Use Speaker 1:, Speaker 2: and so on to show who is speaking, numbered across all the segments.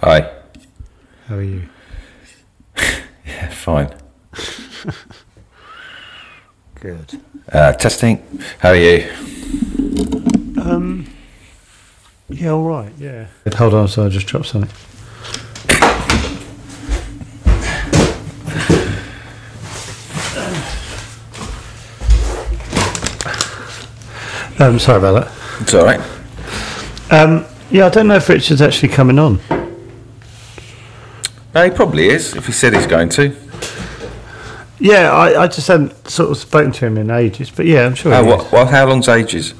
Speaker 1: Hi.
Speaker 2: How are you?
Speaker 1: Yeah, fine.
Speaker 2: Good.
Speaker 1: Uh, testing. How are you?
Speaker 2: Um. Yeah, all right. Yeah. Hold on, so I just dropped something. Um, sorry about
Speaker 1: It's all right.
Speaker 2: that. Um, yeah, I don't know if Richard's actually coming on.
Speaker 1: No, he probably is. If he said he's going to.
Speaker 2: Yeah, I, I just hadn't sort of spoken to him in ages, but yeah, I'm sure.
Speaker 1: Oh,
Speaker 2: he
Speaker 1: what,
Speaker 2: is.
Speaker 1: well, how long's ages?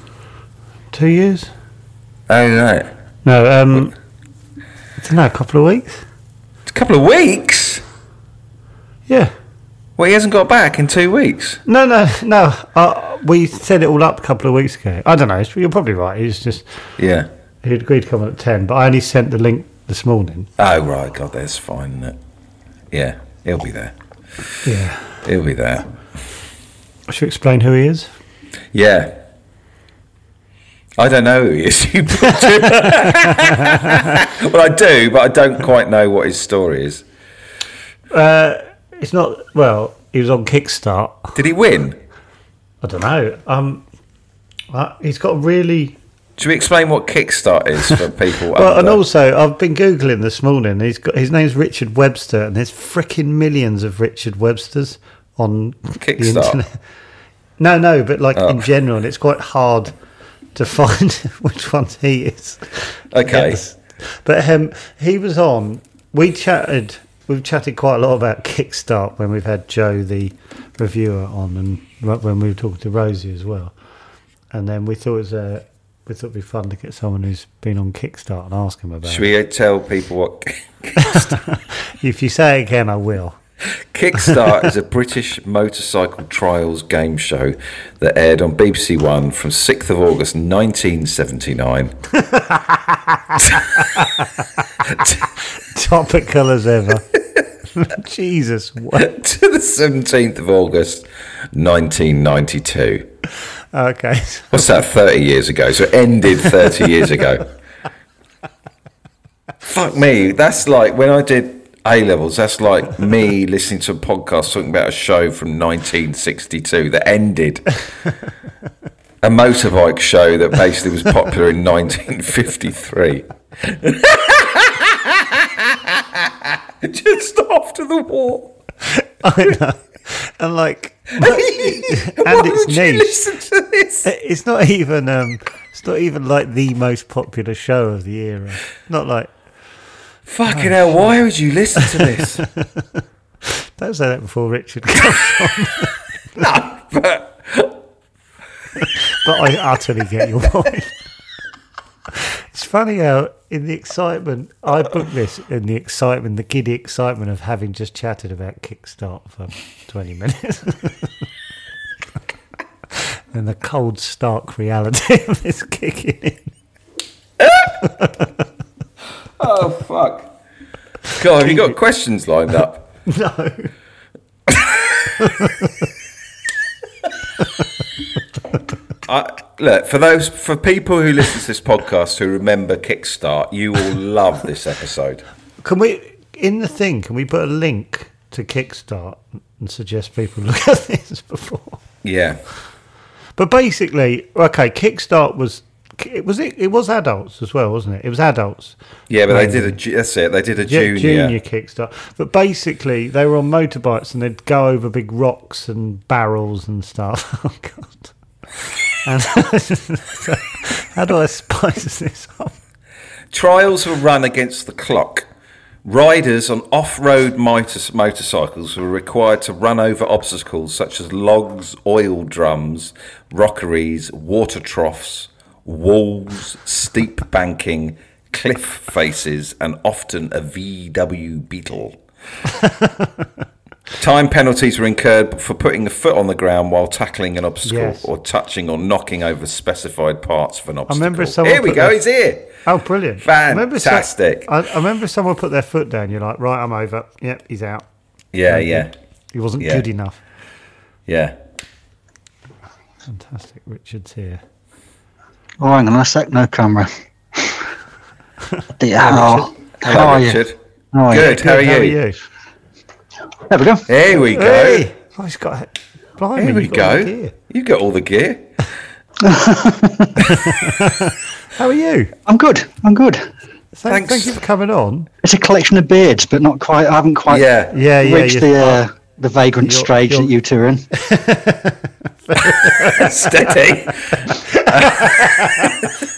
Speaker 2: Two years?
Speaker 1: Oh no,
Speaker 2: No, um, I don't know, a couple of weeks?
Speaker 1: it's a couple of weeks.
Speaker 2: Yeah.
Speaker 1: Well, he hasn't got back in two weeks.
Speaker 2: No, no, no. Uh, we set it all up a couple of weeks ago. I don't know. You're probably right. He's just
Speaker 1: Yeah.
Speaker 2: he agreed to come on at ten, but I only sent the link this morning.
Speaker 1: Oh right, God, that's fine. Isn't it? Yeah, he'll be there.
Speaker 2: Yeah.
Speaker 1: He'll be there.
Speaker 2: I should explain who he is.
Speaker 1: Yeah. I don't know who he is. You put to- well, I do, but I don't quite know what his story is.
Speaker 2: It's not well. He was on Kickstart.
Speaker 1: Did he win?
Speaker 2: I don't know. Um, uh, he's got a really
Speaker 1: Should we explain what Kickstart is for people?
Speaker 2: well, and
Speaker 1: under-
Speaker 2: also I've been googling this morning. He's got his name's Richard Webster, and there's fricking millions of Richard Websters on the
Speaker 1: Kickstart.
Speaker 2: internet. No, no, but like
Speaker 1: Oh.
Speaker 2: in general, and it's quite hard to find which one he is.
Speaker 1: Okay.
Speaker 2: Yes. But um, he was on. We chatted. We've chatted quite a lot about Kickstart when we've had Joe, the reviewer, on, and ro- when we were talking to Rosie as well. And then we thought it was a, we thought it'd be fun to get someone who's been on Kickstart and ask him about.
Speaker 1: Should we tell people what
Speaker 2: it. If you say it again, I will.
Speaker 1: Kickstart is a British motorcycle trials game show that aired on BBC One from 6th of August 1979.
Speaker 2: Topical as ever. Jesus, what?
Speaker 1: to the 17th of August 1992.
Speaker 2: Okay.
Speaker 1: What's that, 30 years ago? So it ended 30 years ago. Fuck me. That's like when I did A levels, that's like me listening to a podcast talking about a show from 1962 that ended. A motorbike show that basically was popular in 1953. Just after the war.
Speaker 2: I know. And like,
Speaker 1: Why
Speaker 2: it's
Speaker 1: would
Speaker 2: niche.
Speaker 1: you listen to this?
Speaker 2: it's not even um it's not even like the most popular show of the era not like
Speaker 1: Fucking hell, why would you listen to this?
Speaker 2: don't say that before richard
Speaker 1: no, but
Speaker 2: but i utterly get your point it's funny how in the excitement i booked this in the excitement the giddy excitement of having just chatted about kickstart for 20 minutes and the cold stark reality of this kicking in
Speaker 1: oh fuck. God, have you got questions lined up?
Speaker 2: no
Speaker 1: I, look for those for people who listen to this podcast who remember Kickstart, you will love this episode.
Speaker 2: Can we in the thing? Can we put a link to Kickstart and suggest people look at this before?
Speaker 1: Yeah,
Speaker 2: But basically, okay, Kickstart was it was it, it was adults as well, wasn't it? It was adults.
Speaker 1: yeah, but they did a
Speaker 2: Mainly.
Speaker 1: ju- that's it. They did a
Speaker 2: Ju-
Speaker 1: junior.
Speaker 2: junior Kickstart. But basically, they were on motorbikes and they'd go over big rocks and barrels and stuff. Oh god. And so, how do I spice this up?
Speaker 1: Trials were run against the clock. Riders on off road motor- motorcycles were required to run over obstacles such as logs, oil drums, rockeries, water troughs, walls, steep banking, cliff faces, and often a VW Beetle. Time penalties were incurred for putting a foot on the ground while tackling an obstacle
Speaker 2: Yes.
Speaker 1: or touching or knocking over specified parts of an obstacle.
Speaker 2: remember someone
Speaker 1: here we
Speaker 2: put
Speaker 1: go,
Speaker 2: their-
Speaker 1: he's here.
Speaker 2: Oh, brilliant! I remember so-
Speaker 1: Fantastic.
Speaker 2: I, I remember someone put their foot down. You're like, right, I'm over. Yep, he's out.
Speaker 1: Yeah, yeah,
Speaker 2: He wasn't
Speaker 1: Yeah.
Speaker 2: good enough.
Speaker 1: yeah.
Speaker 2: Fantastic. Richard's here.
Speaker 3: Oh, hang on a sec, no camera. yeah, oh,
Speaker 1: Hello,
Speaker 3: How are you?
Speaker 1: Richard.
Speaker 3: How are you?
Speaker 1: Good. How are,
Speaker 2: How are
Speaker 1: you?
Speaker 2: you?
Speaker 3: There we go.
Speaker 1: Here we go.
Speaker 2: Hey! Oh, he's got. Blimey,
Speaker 1: Here we
Speaker 2: you've got all the
Speaker 1: go.
Speaker 2: gear.
Speaker 1: You got all the gear.
Speaker 2: How are you?
Speaker 3: I'm good. I'm good.
Speaker 2: Thank,
Speaker 1: Thanks.
Speaker 2: thank you for coming on.
Speaker 3: It's a collection of beards, but not quite. I haven't quite
Speaker 1: Yeah.
Speaker 2: Yeah, yeah.
Speaker 3: reached
Speaker 2: you-
Speaker 3: the uh, the vagrant
Speaker 2: You're-
Speaker 3: stage
Speaker 2: you're-
Speaker 3: that you two are in.
Speaker 1: Steady.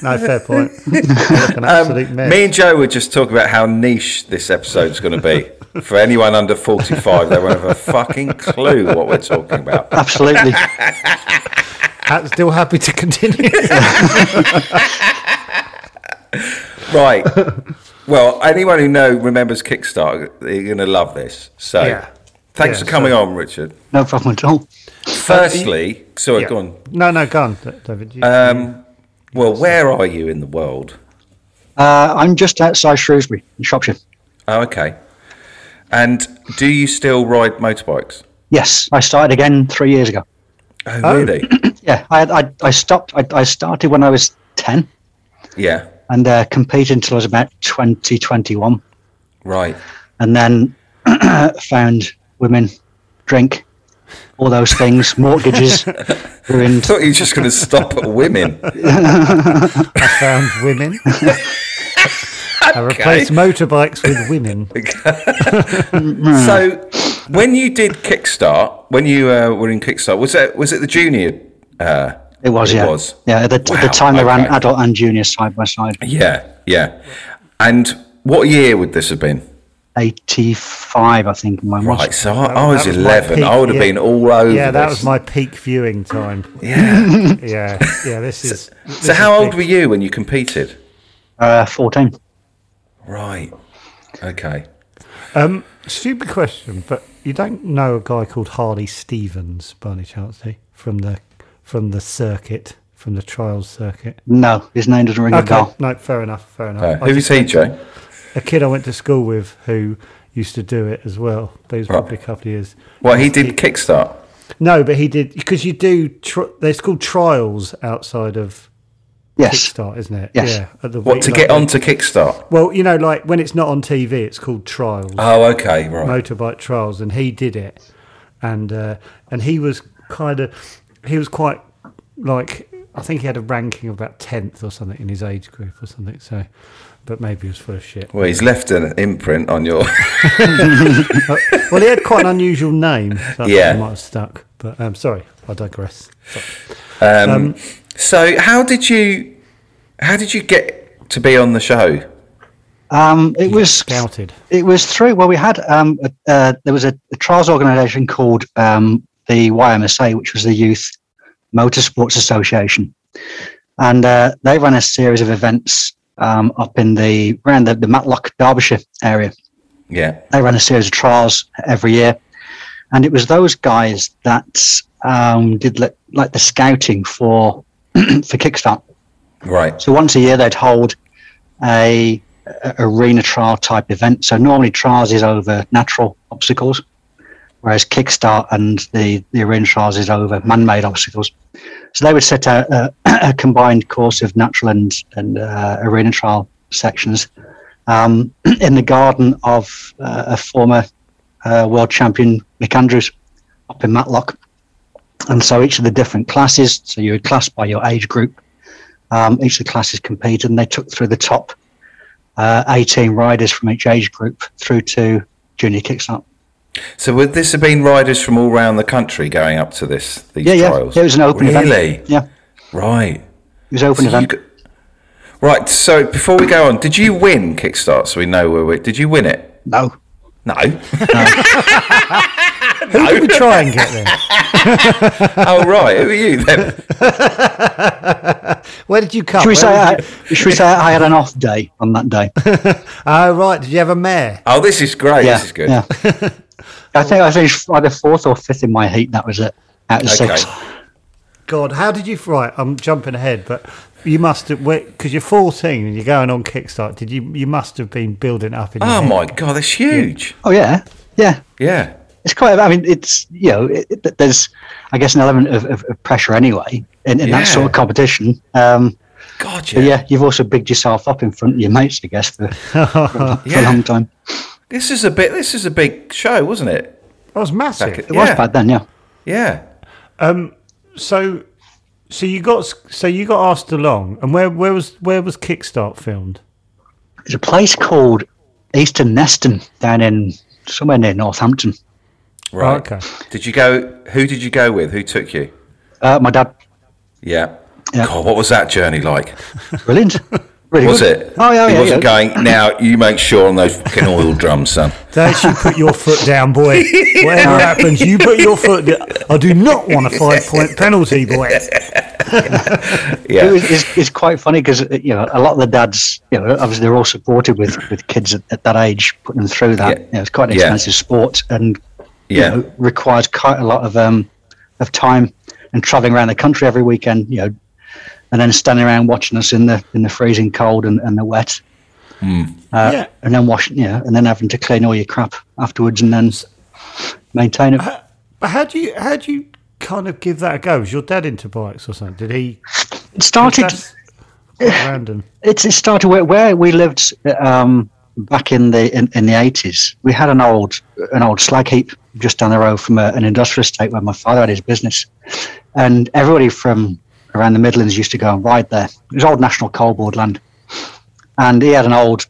Speaker 2: no,
Speaker 3: uh,
Speaker 2: fair point. You're like an absolute mess.
Speaker 1: Um, Me and Joe were just talking about how niche this episode's going to be. For anyone under 45, they won't have a fucking clue what we're talking about.
Speaker 3: Absolutely.
Speaker 2: Ha- Still happy to continue.
Speaker 1: Right. Well, anyone who know remembers Kickstarter, they're going to love this. So,
Speaker 2: Yeah.
Speaker 1: thanks
Speaker 2: Yeah,
Speaker 1: for coming on, Richard.
Speaker 3: no problem at all.
Speaker 1: Firstly, sorry,
Speaker 2: Yeah.
Speaker 1: go on.
Speaker 2: No, no, go on, David. You,
Speaker 1: Um, well, where are you in the world?
Speaker 3: Uh, I'm just outside Shrewsbury in Shropshire.
Speaker 1: Oh, okay. And do you still ride motorbikes?
Speaker 3: Yes, I started again three years ago.
Speaker 1: Oh,
Speaker 2: Oh.
Speaker 1: really?
Speaker 3: Yeah, I I, I stopped. I, I started when I was ten
Speaker 1: yeah.
Speaker 3: and uh, competed until I was about twenty twenty one,
Speaker 1: Right.
Speaker 3: and then found women, drink, all those things, mortgages, ruined.
Speaker 1: Thought you were just going to stop at women.
Speaker 2: I found women. I replaced motorbikes with women. Hmm.
Speaker 1: So, when you did Kickstart, when you uh, were in Kickstart, was it was it the junior? Uh,
Speaker 3: It was,
Speaker 1: It
Speaker 3: yeah.
Speaker 1: was.
Speaker 3: Yeah, at the, at
Speaker 1: Wow,
Speaker 3: the time they ran
Speaker 1: okay.
Speaker 3: adult and junior side by side.
Speaker 1: yeah, yeah. And what year would this have been?
Speaker 3: 85, I think, mine was.
Speaker 1: Right, so I,
Speaker 2: That-
Speaker 1: I was
Speaker 2: that was my
Speaker 1: eleven.
Speaker 2: peak,
Speaker 1: I would have
Speaker 2: yeah.
Speaker 1: been all over.
Speaker 2: Yeah, that was
Speaker 1: this.
Speaker 2: my peak viewing time.
Speaker 1: Yeah.
Speaker 2: Yeah, yeah. This is.
Speaker 1: so, how old were you when you competed?
Speaker 3: Uh, 14.
Speaker 1: Right. Okay.
Speaker 2: Um, stupid question, but you don't know a guy called Harley Stevens by any chance, do you? From the from the circuit, from the trials circuit.
Speaker 3: No, his name doesn't ring a
Speaker 2: Okay,
Speaker 3: bell.
Speaker 2: no, fair enough, fair enough.
Speaker 1: Uh,
Speaker 2: I
Speaker 1: who
Speaker 2: just
Speaker 1: is he,
Speaker 2: went to-
Speaker 1: Joe?
Speaker 2: A kid I went to school with who used to do it as well, but he was probably a couple of years.
Speaker 1: Well, he did Kickstart.
Speaker 2: No, but he did because you do. Tr- they're called trials outside of
Speaker 3: Yes.
Speaker 2: Kickstart, isn't it?
Speaker 3: Yes.
Speaker 2: Yeah. At the
Speaker 1: What to get onto Kickstart?
Speaker 2: Well, you know, like when it's not on TV, it's called trials.
Speaker 1: Oh, okay, right.
Speaker 2: motorbike trials, and he did it, and uh, and he was kind of he was quite like I think he had a ranking of about tenth or something in his age group or something. So, but maybe he was full of shit.
Speaker 1: Well, he's left an imprint on your.
Speaker 2: well, he had quite an unusual name. So
Speaker 1: Yeah.
Speaker 2: I might have stuck. But um, sorry, I digress.
Speaker 1: Um, so, how did you? How did you get to be on the show?
Speaker 3: Um, it was
Speaker 2: Scouted.
Speaker 3: it was through, well, we had, um, a, uh, there was a, a trials organisation called um, the YMSA, which was the Youth Motorsports Association. And uh, they ran a series of events um, up in the, around the, the Matlock, Derbyshire area.
Speaker 1: Yeah.
Speaker 3: they ran a series of trials every year, and it was those guys that um, did like, like the scouting for for Kickstart.
Speaker 1: Right.
Speaker 3: So once a year they'd hold a, a arena trial type event. So normally trials is over natural obstacles, whereas Kickstart and the the arena trials is over man-made obstacles. So they would set out a, a combined course of natural and and uh, arena trial sections um, in the garden of uh, a former uh, world champion Mick Andrews up in Matlock. And so each of the different classes, so you would class by your age group, um, each of the classes competed and they took through the top uh, 18 riders from each age group through to junior kickstart.
Speaker 1: So, would this have been riders from all around the country going up to this these
Speaker 3: Yeah, yeah.
Speaker 1: trials?
Speaker 3: It was an open
Speaker 1: really?
Speaker 3: event. Yeah, it
Speaker 1: Right.
Speaker 3: was an open
Speaker 1: So you
Speaker 3: event.
Speaker 1: g- right. So, before we go on, did you win Kickstart? So we know where we. Did you win it?
Speaker 3: No.
Speaker 1: No.
Speaker 2: Who did we try and get there?
Speaker 1: oh, right. Who are you then?
Speaker 2: Where did you
Speaker 1: Oh,
Speaker 2: come?
Speaker 3: Should we,
Speaker 2: Where
Speaker 3: say
Speaker 2: was
Speaker 3: I,
Speaker 2: you-
Speaker 3: should we say I had an off day on that day? uh,
Speaker 2: Oh right, did you have a mare?
Speaker 1: Oh, this is great.
Speaker 3: yeah,
Speaker 1: This is good.
Speaker 3: Yeah. I think I finished either fourth or fifth in my heat. That was it. Out of
Speaker 1: Okay.
Speaker 3: six.
Speaker 2: God, how did you? Right, I'm jumping ahead, but you must have because you're 14 and you're going on Kickstart. Did you? You must have been building up in. Your
Speaker 1: Oh
Speaker 2: head.
Speaker 1: my god, that's huge.
Speaker 3: Oh yeah, yeah.
Speaker 1: Yeah.
Speaker 3: It's quite. I mean, it's you know, it, it, there's I guess an element of, of, of pressure anyway in, in that sort of
Speaker 1: Yeah.
Speaker 3: competition. Um,
Speaker 1: God, yeah.
Speaker 3: But yeah, you've also bigged yourself up in front of your mates, I guess, for, for a
Speaker 1: Yeah.
Speaker 3: long time.
Speaker 1: This is a bit. This is a big show, wasn't it?
Speaker 2: That was massive.
Speaker 1: Back at-
Speaker 3: It was
Speaker 1: yeah.
Speaker 3: bad then, yeah.
Speaker 1: Yeah.
Speaker 2: So, so you got so you got asked along, and where where was where was Kickstart filmed?
Speaker 3: There's a place called Eastern Neston down in somewhere near Northampton.
Speaker 1: Right.
Speaker 2: Oh, okay.
Speaker 1: Did you go? Who did you go with? Who took you?
Speaker 3: Uh, my dad,
Speaker 1: Yeah.
Speaker 3: Yeah.
Speaker 1: God, what was that journey like?
Speaker 3: brilliant. Really
Speaker 1: Was
Speaker 3: good.
Speaker 1: it?
Speaker 3: Oh, yeah,
Speaker 1: He
Speaker 3: yeah,
Speaker 1: wasn't
Speaker 3: yeah.
Speaker 1: going. Now you make sure on those fucking oil drums, son.
Speaker 2: Don't you put your foot down, boy. Whatever happens, you put your foot down. I do not want a five point penalty, boy.
Speaker 1: Yeah.
Speaker 3: It was, it's, it's quite funny because you know a lot of the dads, you know, obviously they're all supported with with kids at, at that age, putting them through that.
Speaker 1: Yeah.
Speaker 3: You know, it's quite an
Speaker 1: Yeah.
Speaker 3: expensive sport and
Speaker 1: yeah.
Speaker 3: you know, requires quite a lot of um of time and traveling around the country every weekend. You know, and then standing around watching us in the in the freezing cold and, and the wet. Uh,
Speaker 2: Yeah.
Speaker 3: And then washing, yeah, and then having to clean all your crap afterwards, and then maintain it.
Speaker 2: But how do you how do you kind of give that a go? Was your dad into bikes or something? Did he?
Speaker 3: It started.
Speaker 2: That's quite random.
Speaker 3: It's it started where, where we lived um, back in the in, in the eighties. We had an old an old slag heap just down the road from a, an industrial estate where my father had his business, and everybody from around the Midlands used to go and ride there. It was old national coalboard land, and he had an old.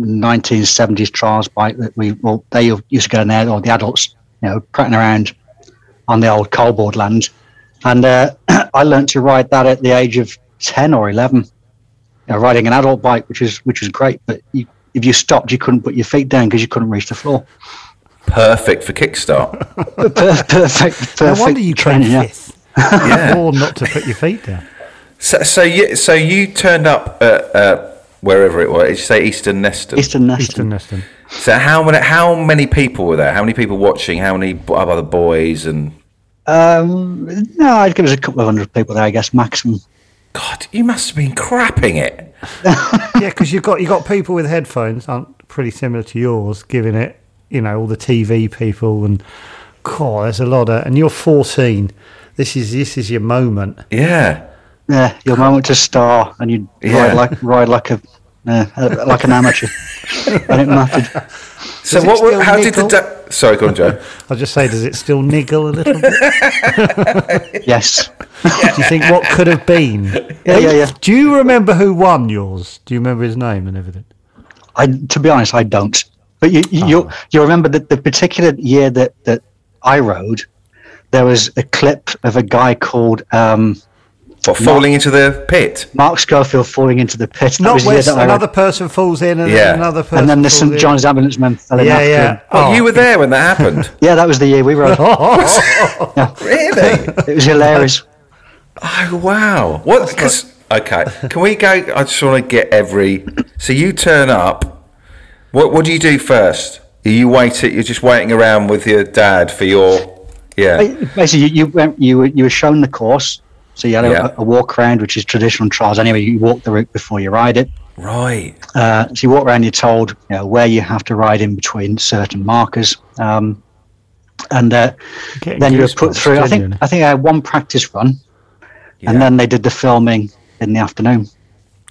Speaker 3: 1970s trials bike that we well they used to go in there or the adults you know prattling around on the old coalboard land and uh, I learnt to ride that at the age of 10 or 11 you know, riding an adult bike, which is which is great. But you, if you stopped, you couldn't put your feet down because you couldn't reach the floor.
Speaker 1: Perfect for kickstart.
Speaker 3: Per- perfect, perfect.
Speaker 2: No wonder you came
Speaker 3: training. Yeah.
Speaker 2: fifth.
Speaker 1: Yeah.
Speaker 2: Or not to put your feet down.
Speaker 1: So, so you so you turned up at uh, wherever it was. Did you say Eastern Neston?
Speaker 3: Eastern
Speaker 2: Eastern
Speaker 3: Neston.
Speaker 2: Neston.
Speaker 1: So how many how many people were there? How many people watching? How many b- other boys and
Speaker 3: Um, no, I'd give us a couple of hundred people there, I guess, maximum.
Speaker 1: God, you must have been crapping it.
Speaker 2: Yeah, because you've got you got people with headphones, aren't pretty similar to yours, giving it, you know, all the TV people and, God, there's a lot of, and you're 14. This is this is your moment.
Speaker 1: Yeah.
Speaker 3: Yeah, your moment to star, and you
Speaker 1: Yeah.
Speaker 3: ride like ride like a uh, uh, like an amateur, and it mattered.
Speaker 1: So
Speaker 2: it
Speaker 1: what? were-
Speaker 2: still
Speaker 1: How did the
Speaker 2: niggle?
Speaker 1: da- sorry, go on, Joe.
Speaker 2: I'll just say, does it still niggle a little bit?
Speaker 3: Yes,
Speaker 2: Do you think what could have been?
Speaker 3: Yeah, yeah, yeah.
Speaker 2: Do you remember who won yours? Do you remember his name and everything?
Speaker 3: I to be honest, I don't. But you you
Speaker 2: Oh.
Speaker 3: you you remember that the particular year that that I rode, there was a clip of a guy called. Um,
Speaker 1: What falling into the pit?
Speaker 3: Mark Schofield falling into the pit. That
Speaker 2: Not
Speaker 3: was the year
Speaker 2: where
Speaker 3: that I
Speaker 2: another person falls in and
Speaker 1: Yeah.
Speaker 2: then another person.
Speaker 3: ran. and then the
Speaker 2: falls
Speaker 3: St
Speaker 2: in.
Speaker 3: John's ambulance men fell in
Speaker 2: Yeah,
Speaker 3: after
Speaker 2: yeah. Oh,
Speaker 3: him.
Speaker 1: Oh, you were there when that happened.
Speaker 3: Yeah, that was the year we rode.
Speaker 1: really?
Speaker 3: it was hilarious.
Speaker 1: Oh wow! What? 'cause- okay, can we go? I just want to get every. So you turn up. What? What do you do first? Are you waiting? You're just waiting around with your dad for your. Yeah.
Speaker 3: Basically, you, you went, you were you were shown the course, so you had a,
Speaker 1: Yeah.
Speaker 3: a walk around, which is traditional trials. Anyway, you walk the route before you ride it.
Speaker 1: Right.
Speaker 3: Uh, so you walk around, you're told you know, where you have to ride in between certain markers, um, and uh,
Speaker 2: Getting
Speaker 3: then you were
Speaker 2: goosebumps,
Speaker 3: put through. I think
Speaker 2: genuinely.
Speaker 3: I think I had one practice run,
Speaker 1: Yeah.
Speaker 3: and then they did the filming in the afternoon.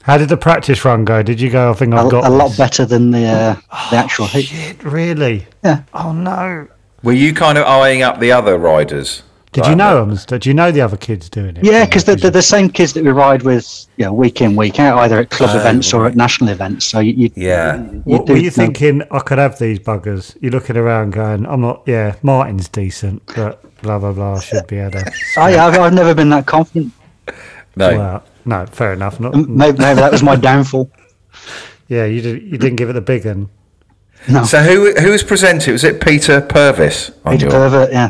Speaker 2: How did the practice run go? Did you go? I think
Speaker 3: A,
Speaker 2: I've got
Speaker 3: a lot
Speaker 2: this"? Oh,
Speaker 3: better than the uh, the
Speaker 1: Oh,
Speaker 3: actual heat.
Speaker 2: Shit, really?
Speaker 3: Yeah.
Speaker 2: Oh no.
Speaker 1: Were you kind of eyeing up the other riders?
Speaker 2: Did you
Speaker 1: Right,
Speaker 2: know them? Did you know the other kids doing it?
Speaker 3: Yeah, because they're, they're the same kids that we ride with, you know, week in, week out, either at club events or at national events. So you, you
Speaker 1: Oh, Yeah.
Speaker 2: What
Speaker 3: do
Speaker 2: were you
Speaker 3: know-
Speaker 2: thinking? I could have these buggers. You're looking around, going, "I'm not." Yeah, Martin's decent, but blah blah blah. Should be able to.
Speaker 3: I, I've, I've never been that confident.
Speaker 1: No.
Speaker 2: Well, no, fair enough. Not.
Speaker 3: M- Maybe, maybe that was my downfall.
Speaker 2: Yeah, you did, you didn't give it the big one.
Speaker 1: So who who was presenting? Was it Peter Purvis? on
Speaker 3: Peter
Speaker 1: your-
Speaker 3: Pervert, yeah.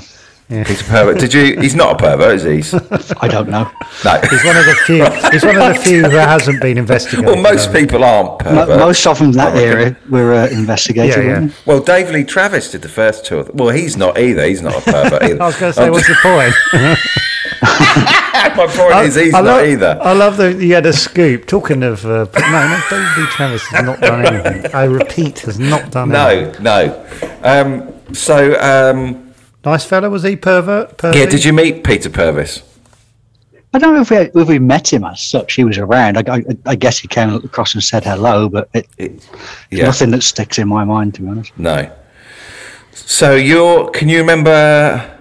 Speaker 1: Peter Purvis. Did you? He's not a pervert, is he?
Speaker 3: I don't know.
Speaker 1: No.
Speaker 2: He's one of the few. He's one of the few who hasn't been investigated.
Speaker 1: Well, most people aren't
Speaker 3: Mo-
Speaker 1: perverts.
Speaker 3: most of them that
Speaker 1: I reckon.
Speaker 3: era were uh, investigated.
Speaker 2: Yeah, yeah.
Speaker 3: weren't
Speaker 1: Well, Dave Lee Travis did the first two. Of them. Well, he's not either. He's not a pervert either.
Speaker 2: I was going to say,
Speaker 1: I'm
Speaker 2: what's your point?
Speaker 1: just- my point is, he's
Speaker 2: I
Speaker 1: not
Speaker 2: love,
Speaker 1: either.
Speaker 2: I love that you had a scoop. Talking of, uh, but no, no, David Lee Travis has not done anything. I repeat, has not done anything.
Speaker 1: No, no. Um, so, um,
Speaker 2: Nice fella, was he pervert? pervert?
Speaker 1: yeah, did you meet Peter Purvis?
Speaker 3: they? I don't know if we, had, if we met him as such. He was around. I, I, I guess he came across and said hello, but it,
Speaker 1: It, yeah,
Speaker 3: nothing that sticks in my mind, to be honest.
Speaker 1: no. So you're. Can you remember?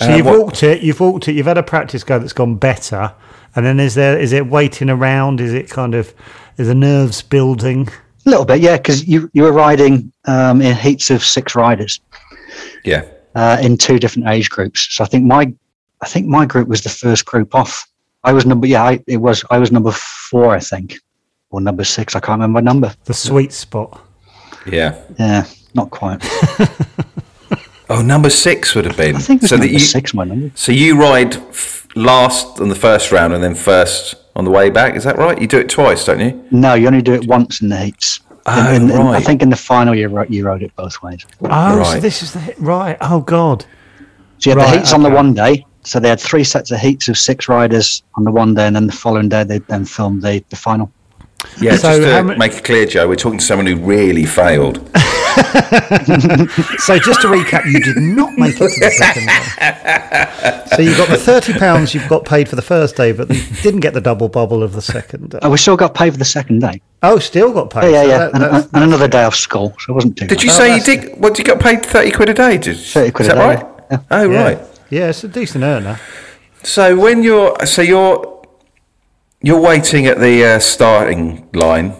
Speaker 2: So
Speaker 1: uh,
Speaker 2: you've
Speaker 1: what-
Speaker 2: walked it, you've walked it, you've had a practice go that's gone better, and then is there is it waiting around? Is it kind of is the nerves building?
Speaker 3: A little bit, yeah, because you, you were riding um, in heats of six riders
Speaker 1: Yeah.
Speaker 3: uh, in two different age groups. So I think my I think my group was the first group off. I was number yeah, I, it was I was number four, I think, or number six. I can't remember my number.
Speaker 2: The sweet spot.
Speaker 1: Yeah.
Speaker 3: Yeah, not quite.
Speaker 1: Oh, number six would have been.
Speaker 3: I think it was
Speaker 1: so that
Speaker 3: number
Speaker 1: you,
Speaker 3: six. My number.
Speaker 1: So you ride f- last on the first round and then first on the way back. Is that right? You do it twice, don't you?
Speaker 3: No, you only do it once in the heats.
Speaker 1: Oh,
Speaker 3: in, in- in- I
Speaker 1: right.
Speaker 3: think in the final you ro- you rode it both ways.
Speaker 2: Oh, so
Speaker 1: Right.
Speaker 2: this is the hit. right. Oh God.
Speaker 3: So you had
Speaker 2: Right,
Speaker 3: the heats on the
Speaker 2: okay.
Speaker 3: one day. So they had three sets of heats of six riders on the one day, and then the following day they then filmed the, the final.
Speaker 1: Yeah.
Speaker 2: So
Speaker 1: just
Speaker 2: how
Speaker 1: to
Speaker 2: ma-
Speaker 1: make it clear, Joe, we're talking to someone who really failed.
Speaker 2: So just to recap, you did not make it to the second one. So you got the thirty pounds you've got paid for the first day, but you didn't get the double bubble of the second day.
Speaker 3: Oh, we still got paid for the second day.
Speaker 2: Oh, still got paid.
Speaker 3: Yeah, yeah,
Speaker 2: So
Speaker 3: yeah.
Speaker 2: that-
Speaker 3: and,
Speaker 2: that's-
Speaker 3: and another day off school, so it wasn't too
Speaker 1: Did
Speaker 3: bad.
Speaker 2: Oh,
Speaker 1: you say you did? What did you get paid? Thirty quid a day? Did,
Speaker 3: 30 quid
Speaker 1: is
Speaker 3: a
Speaker 1: that
Speaker 3: day,
Speaker 1: right? Oh,
Speaker 2: yeah.
Speaker 1: right.
Speaker 2: Yeah, it's a decent earner.
Speaker 1: So when you're so you're you're waiting at the uh, starting line.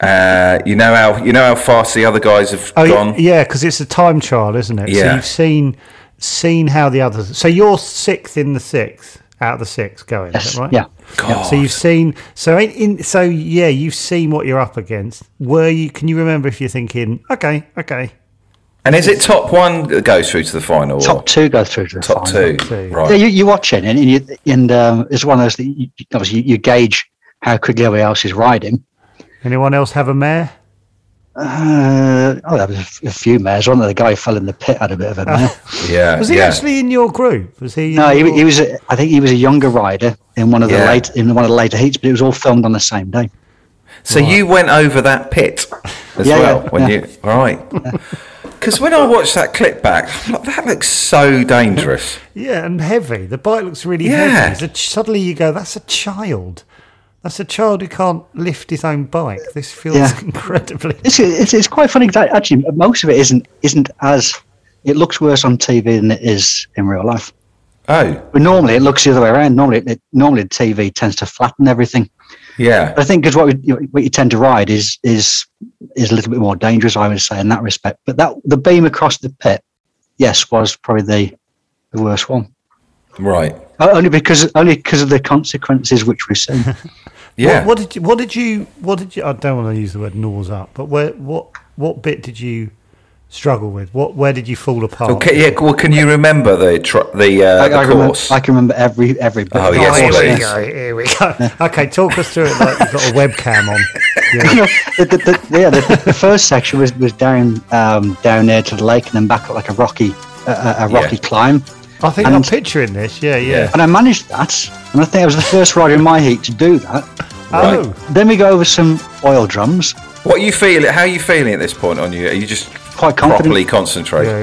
Speaker 1: Uh, you know how you know how fast the other guys have
Speaker 2: Oh,
Speaker 1: gone.
Speaker 2: y- yeah, because it's a time trial, isn't it? So
Speaker 1: Yeah.
Speaker 2: you've seen seen how the others. So you're sixth in the sixth out of the six going. Is
Speaker 3: Yes,
Speaker 2: that right?
Speaker 3: yeah.
Speaker 1: God.
Speaker 2: So you've seen. So in, in so yeah, you've seen what you're up against. Were you? Can you remember if you're thinking, okay, okay,
Speaker 1: and is it top one that goes through to the final? or
Speaker 3: Top two go through to the
Speaker 1: top two.
Speaker 3: final.
Speaker 2: two.
Speaker 1: Right.
Speaker 3: Yeah, you, you watch it, and and, you, and um, it's one of those. That you, you- obviously, you, you gauge how quickly everybody else is riding.
Speaker 2: anyone else have a mare?
Speaker 3: Uh, oh, there was a, f- a few mares. One of the guy who fell in the pit had a bit of a mare.
Speaker 1: Yeah.
Speaker 2: Was he
Speaker 1: yeah.
Speaker 2: actually in your group? Was he? in
Speaker 3: no, he,
Speaker 2: your-
Speaker 3: he was. A, I think he was a younger rider in one of the
Speaker 1: Yeah.
Speaker 3: late in one of the later heats, but it was all filmed on the same day.
Speaker 1: So you went over that pit as
Speaker 3: Yeah,
Speaker 1: well
Speaker 3: yeah,
Speaker 1: when
Speaker 3: yeah.
Speaker 1: you right. Because when I watched that clip back, I'm like, that looks so dangerous.
Speaker 2: yeah, and heavy. The bike looks really
Speaker 1: Yeah.
Speaker 2: heavy. So ch- suddenly you go, that's a child. That's a child who can't lift his own bike. This feels
Speaker 3: Yeah.
Speaker 2: incredibly.
Speaker 3: It's, it's it's quite funny. 'cause I- Actually, most of it isn't isn't as it looks worse on TV than it is in real life.
Speaker 1: Oh,
Speaker 3: But normally it looks the other way around. Normally, it, normally TV tends to flatten everything.
Speaker 1: yeah,
Speaker 3: I think because what we, you know, what you tend to ride is is is a little bit more dangerous, I would say, in that respect. But that the beam across the pit, yes, was probably the the worst one.
Speaker 1: right,
Speaker 3: O- Only because only because of the consequences which we've seen.
Speaker 1: yeah.
Speaker 2: What, what did you? What did you? What did you? I don't want to use the word gnaws up, but where? What? What bit did you struggle with? What? Where did you fall apart?
Speaker 1: okay, yeah. Well, can you remember the tr- the, uh, the
Speaker 3: I, remember,
Speaker 1: course?
Speaker 3: I can remember every every bit.
Speaker 1: Oh,
Speaker 3: of
Speaker 1: yes,
Speaker 2: Oh,
Speaker 3: the
Speaker 2: here
Speaker 3: course,
Speaker 2: we
Speaker 1: please.
Speaker 2: go. Here we go. Okay, talk us through it like you've got a webcam on. Yeah.
Speaker 3: No, the, the, the, yeah, the, the first section was, was down um, down there to the lake and then back up like a rocky uh, a rocky climb.
Speaker 2: I think I'm
Speaker 3: And-
Speaker 2: picturing this. Yeah, yeah.
Speaker 1: Yeah.
Speaker 3: And I managed that, and I think I was the first rider in my heat to do that.
Speaker 1: Right.
Speaker 2: Oh,
Speaker 3: Then we go over some oil drums.
Speaker 1: What you feel? How are you feeling at this point? On you? Are you just
Speaker 3: Quite confident.
Speaker 1: properly concentrated?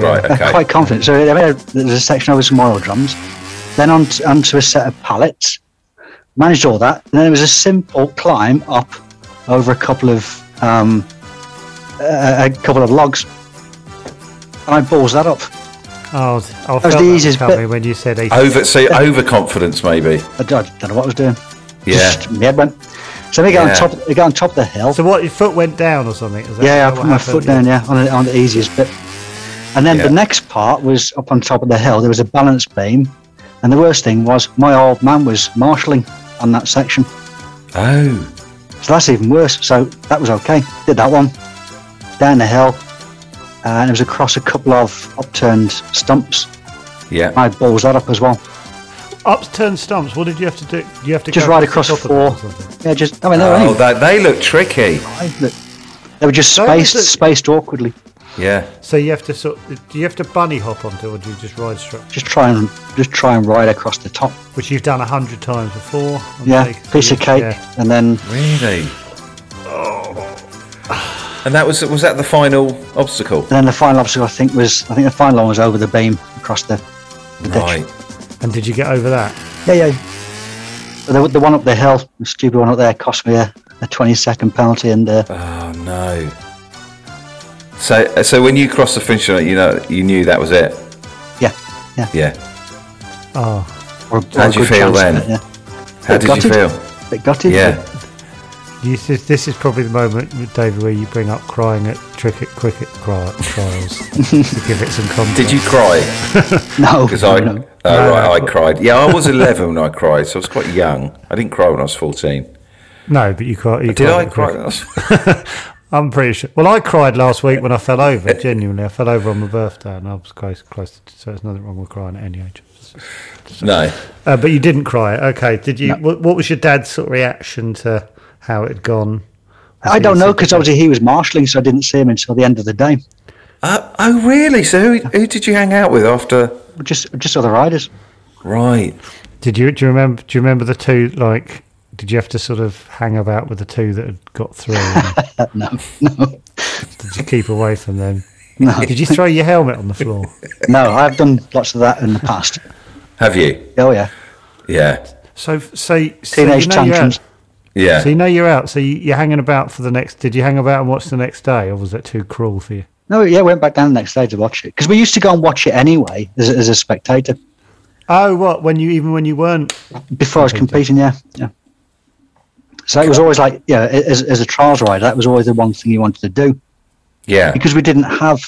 Speaker 2: Yeah, yeah.
Speaker 1: Right.
Speaker 3: Uh,
Speaker 1: Okay.
Speaker 3: Quite confident. So there were- there was a section over some oil drums, then on t- onto a set of pallets. Managed all that. And then it was a simple climb up over a couple of um, a, a couple of logs, and I balls that up.
Speaker 2: oh, I felt
Speaker 3: the
Speaker 2: that
Speaker 3: easiest
Speaker 2: coming
Speaker 3: bit.
Speaker 2: when you said a
Speaker 1: Over. So overconfidence, maybe.
Speaker 3: I, d- I don't know what I was doing.
Speaker 1: Yeah.
Speaker 3: Just my head went. So we got
Speaker 1: Yeah.
Speaker 3: on top. We got on top of the hill.
Speaker 2: So what? Your foot went down or something? Is that
Speaker 3: yeah, I
Speaker 2: what
Speaker 3: put my
Speaker 2: happened?
Speaker 3: foot down. Yeah, on the, on the easiest bit. And then
Speaker 1: Yeah.
Speaker 3: the next part was up on top of the hill. There was a balance beam, and the worst thing was my old man was marshalling on that section.
Speaker 1: Oh.
Speaker 3: So that's even worse. So that was okay. Did that one down the hill, uh, and it was across a couple of upturned stumps.
Speaker 1: Yeah.
Speaker 3: I balls that up as well.
Speaker 2: Upturned stumps. What did you have to do? You have to
Speaker 3: Just
Speaker 2: go
Speaker 3: ride
Speaker 2: up to
Speaker 3: across
Speaker 2: the top of them or
Speaker 3: four.
Speaker 2: something?
Speaker 3: Yeah, just I mean they were
Speaker 1: Oh,
Speaker 3: only
Speaker 1: they, they look tricky.
Speaker 3: five, but they were just
Speaker 2: That was
Speaker 3: spaced
Speaker 2: a-
Speaker 3: spaced awkwardly.
Speaker 1: Yeah.
Speaker 2: So you have to sort. Do you have to bunny hop onto, it or do you just ride straight?
Speaker 3: Just try and just try and ride across the top.
Speaker 2: Which you've done a hundred times before. I
Speaker 3: Yeah,
Speaker 2: take it.
Speaker 3: piece of cake,
Speaker 2: Yeah.
Speaker 3: and then
Speaker 1: Really. And that was was that the final obstacle?
Speaker 3: And then the final obstacle, I think, was I think the final one was over the beam across the, the ditch.
Speaker 1: Right.
Speaker 2: And did you get over that?
Speaker 3: Yeah, yeah. the, the one up the hill, the stupid one up there, cost me a, a 20 second penalty, and uh,
Speaker 1: Oh no. So so when you crossed the finish line, you know you knew that was it.
Speaker 3: yeah, yeah.
Speaker 1: Yeah.
Speaker 2: Oh,
Speaker 3: Or, or
Speaker 1: How'd
Speaker 3: a
Speaker 1: you
Speaker 3: good
Speaker 1: feel
Speaker 3: chance of
Speaker 1: then?
Speaker 3: it, yeah.
Speaker 1: How
Speaker 3: Bit
Speaker 1: did you
Speaker 3: gutted.
Speaker 1: feel?
Speaker 3: Bit gutted.
Speaker 1: Yeah.
Speaker 2: this is, this is probably the moment, David, where you bring up crying at cricket cricket cri- trials to give it some context.
Speaker 1: Did you cry?
Speaker 3: but No.
Speaker 1: Because I,
Speaker 3: no, no.
Speaker 1: oh,
Speaker 2: No,
Speaker 1: right,
Speaker 2: no.
Speaker 1: I cried. Yeah, I was 11 when I cried, so I was quite young. I didn't cry when I was 14.
Speaker 2: No, but you cried. You
Speaker 1: Did
Speaker 2: cried
Speaker 1: I
Speaker 2: at
Speaker 1: cry?
Speaker 2: cricket.
Speaker 1: when I was-
Speaker 2: I'm pretty sure. Well, I cried last week when I fell over. Genuinely, I fell over on my birthday, and I was close, close. To, so there's nothing wrong with crying at any age.
Speaker 1: No.
Speaker 2: Uh, but you didn't cry. Okay. Did you? What, what was your dad's sort of reaction to how it had gone?
Speaker 3: I don't know because obviously he was marshalling, so I didn't see him until the end of the day.
Speaker 1: Uh, oh, really? So who, who did you hang out with after?
Speaker 3: Just, just other riders.
Speaker 1: Right.
Speaker 2: Did you? Do you remember? Do you remember the two? Like, did you have to sort of hang about with the two that had got through? And
Speaker 3: No, no,
Speaker 2: did you keep away from them?
Speaker 3: no,
Speaker 2: Did you throw your helmet on the floor?
Speaker 3: no. I've done lots of that in the past.
Speaker 1: Have you?
Speaker 3: Oh yeah,
Speaker 1: Yeah.
Speaker 2: So, so, so
Speaker 3: teenage
Speaker 2: you know you're out.
Speaker 3: tantrums.
Speaker 1: Yeah.
Speaker 2: So you know you're out. So you, you're hanging about for the next. Did you hang about and watch the next day, or was that too cruel for you?
Speaker 3: No, yeah, went back down the next day to watch it because we used to go and watch it anyway as, a- as a spectator
Speaker 2: Oh, what? When you even when you weren't?
Speaker 3: before I was competing. Yeah, yeah. So it was always like, yeah, as, as a trials rider, that was always the one thing you wanted to do
Speaker 1: yeah.
Speaker 3: because we didn't have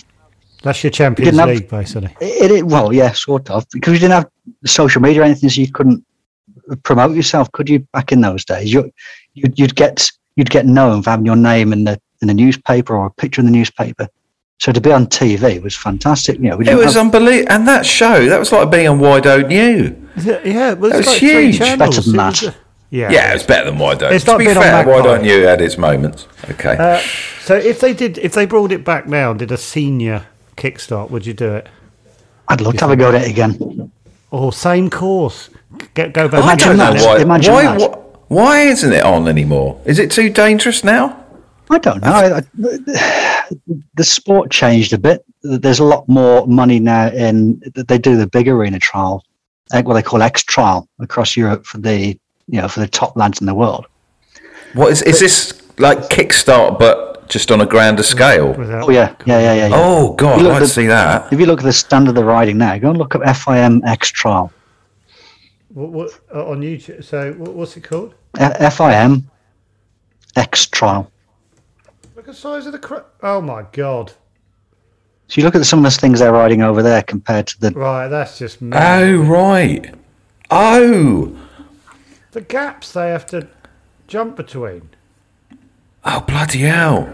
Speaker 2: That's your Champions
Speaker 3: have-
Speaker 2: League, basically.
Speaker 3: it, it. Well, yeah, sort of because we didn't have social media or anything, so you couldn't promote yourself, could you? Back in those days, you you'd, you'd get you'd get known for having your name in the in the newspaper or a picture in the newspaper. So to be on TV was fantastic. You know, we
Speaker 1: It
Speaker 3: didn't
Speaker 1: was
Speaker 3: have
Speaker 1: unbelievable. And that show, that was like being on Wide O New.
Speaker 2: Yeah, well, it's
Speaker 1: That was
Speaker 2: like three
Speaker 1: huge.
Speaker 2: channels.
Speaker 3: Better than
Speaker 2: It
Speaker 3: that.
Speaker 2: was a- yeah.
Speaker 1: Yeah, it was better than Wide O.
Speaker 2: It's
Speaker 1: to
Speaker 2: like
Speaker 1: be
Speaker 2: being on
Speaker 1: fair, Wide O
Speaker 2: Magpie.
Speaker 1: New had its moments. Okay.
Speaker 2: Uh, so if they did, if they brought it back now, and did a senior kickstart, would you do it?
Speaker 3: I'd love to have a go at it again.
Speaker 2: Or same course, get go back.
Speaker 1: Oh, I
Speaker 3: Imagine
Speaker 1: don't know
Speaker 3: that.
Speaker 1: why.
Speaker 3: Imagine
Speaker 1: why,
Speaker 3: that.
Speaker 1: why, why isn't it on anymore? Is it too dangerous now?
Speaker 3: I don't know. I, I- the sport changed a bit. There's a lot more money now in. They do the big arena trial, like what they call X trial across Europe for the you know for the top lads in the world.
Speaker 1: What is is this like Kickstart but just on a grander scale?
Speaker 2: Without-
Speaker 3: Oh yeah, yeah, yeah, yeah. yeah.
Speaker 1: Oh god,
Speaker 3: Look,
Speaker 1: I'd
Speaker 3: the-
Speaker 1: see that.
Speaker 3: If you look at the standard of the riding now, go and look up FIM X trial.
Speaker 2: What, what, uh, on YouTube. So what, what's it called?
Speaker 3: F- FIM X trial.
Speaker 2: Look at the size of the. Cr- oh my god!
Speaker 3: So you look at some of those things they're riding over there compared to the.
Speaker 2: Right, that's just mad.
Speaker 1: Oh right. Oh.
Speaker 2: the gaps they have to jump between.
Speaker 1: Oh bloody hell.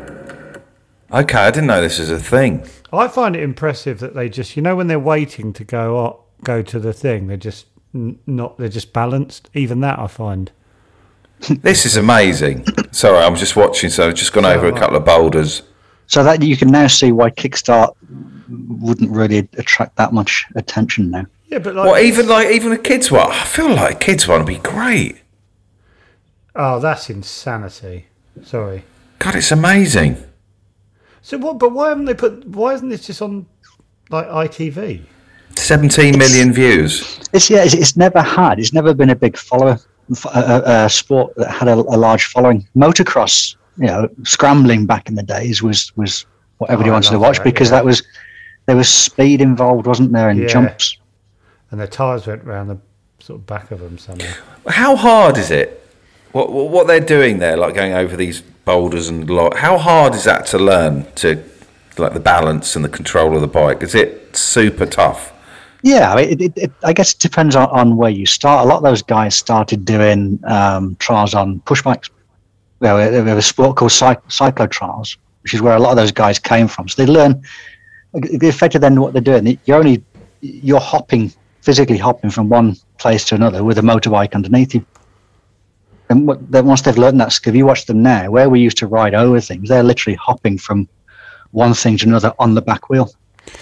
Speaker 1: Okay, I didn't know this is a thing.
Speaker 2: I find it impressive that they just, you know, when they're waiting to go up, go to the thing, they're just n- not, they're just balanced. Even that I find.
Speaker 1: This is amazing. Sorry, I'm just watching, so I've just gone over a couple of boulders.
Speaker 3: So that you can now see why Kickstart wouldn't really attract that much attention now.
Speaker 2: Yeah, but like,
Speaker 1: Well, even like even a kids one. I feel like a kids one would be great.
Speaker 2: oh, that's insanity. Sorry.
Speaker 1: God, it's amazing.
Speaker 2: So what? But why haven't they put? Why isn't this just on like ITV?
Speaker 1: 17 million views.
Speaker 3: It's yeah, it's, it's never had. It's never been a big follower, f- a, a, a sport that had a, a large following. Motocross, you know, scrambling back in the days was was what everybody
Speaker 2: Oh, I
Speaker 3: wanted to
Speaker 2: love
Speaker 3: watch
Speaker 2: that,
Speaker 3: because
Speaker 2: yeah.
Speaker 3: that was there was speed involved, wasn't there, and
Speaker 2: Yeah.
Speaker 3: jumps.
Speaker 2: And their tires went round the sort of back of them somehow.
Speaker 1: How hard is it? What what what they're doing there, like going over these boulders and lot. How hard is that to learn to like the balance and the control of the bike? Is it super tough?
Speaker 3: Yeah, I mean, it, it, it, I guess it depends on, on where you start. A lot of those guys started doing um, trials on push bikes. Well, we we have a sport called cyc- cyclo trials, which is where a lot of those guys came from. So they learn the effect of then what they're doing. You're only you're hopping physically hopping from one place to another with a motorbike underneath you. And what, then once they've learned that skill, if you watch them now, where we used to ride over things, they're literally hopping from one thing to another on the back wheel.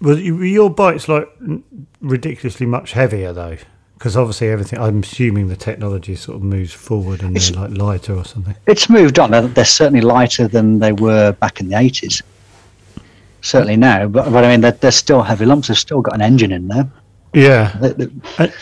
Speaker 2: Well, you- your bike's like n- ridiculously much heavier though, because obviously everything. I'm assuming the technology sort of moves forward and they're like lighter or something.
Speaker 3: it's moved on. They're, they're certainly lighter than they were back in the eighties. Certainly now, but, but I mean, they're, they're still heavy lumps. They've still got an engine in there.
Speaker 2: Yeah,
Speaker 3: They- they-
Speaker 2: And,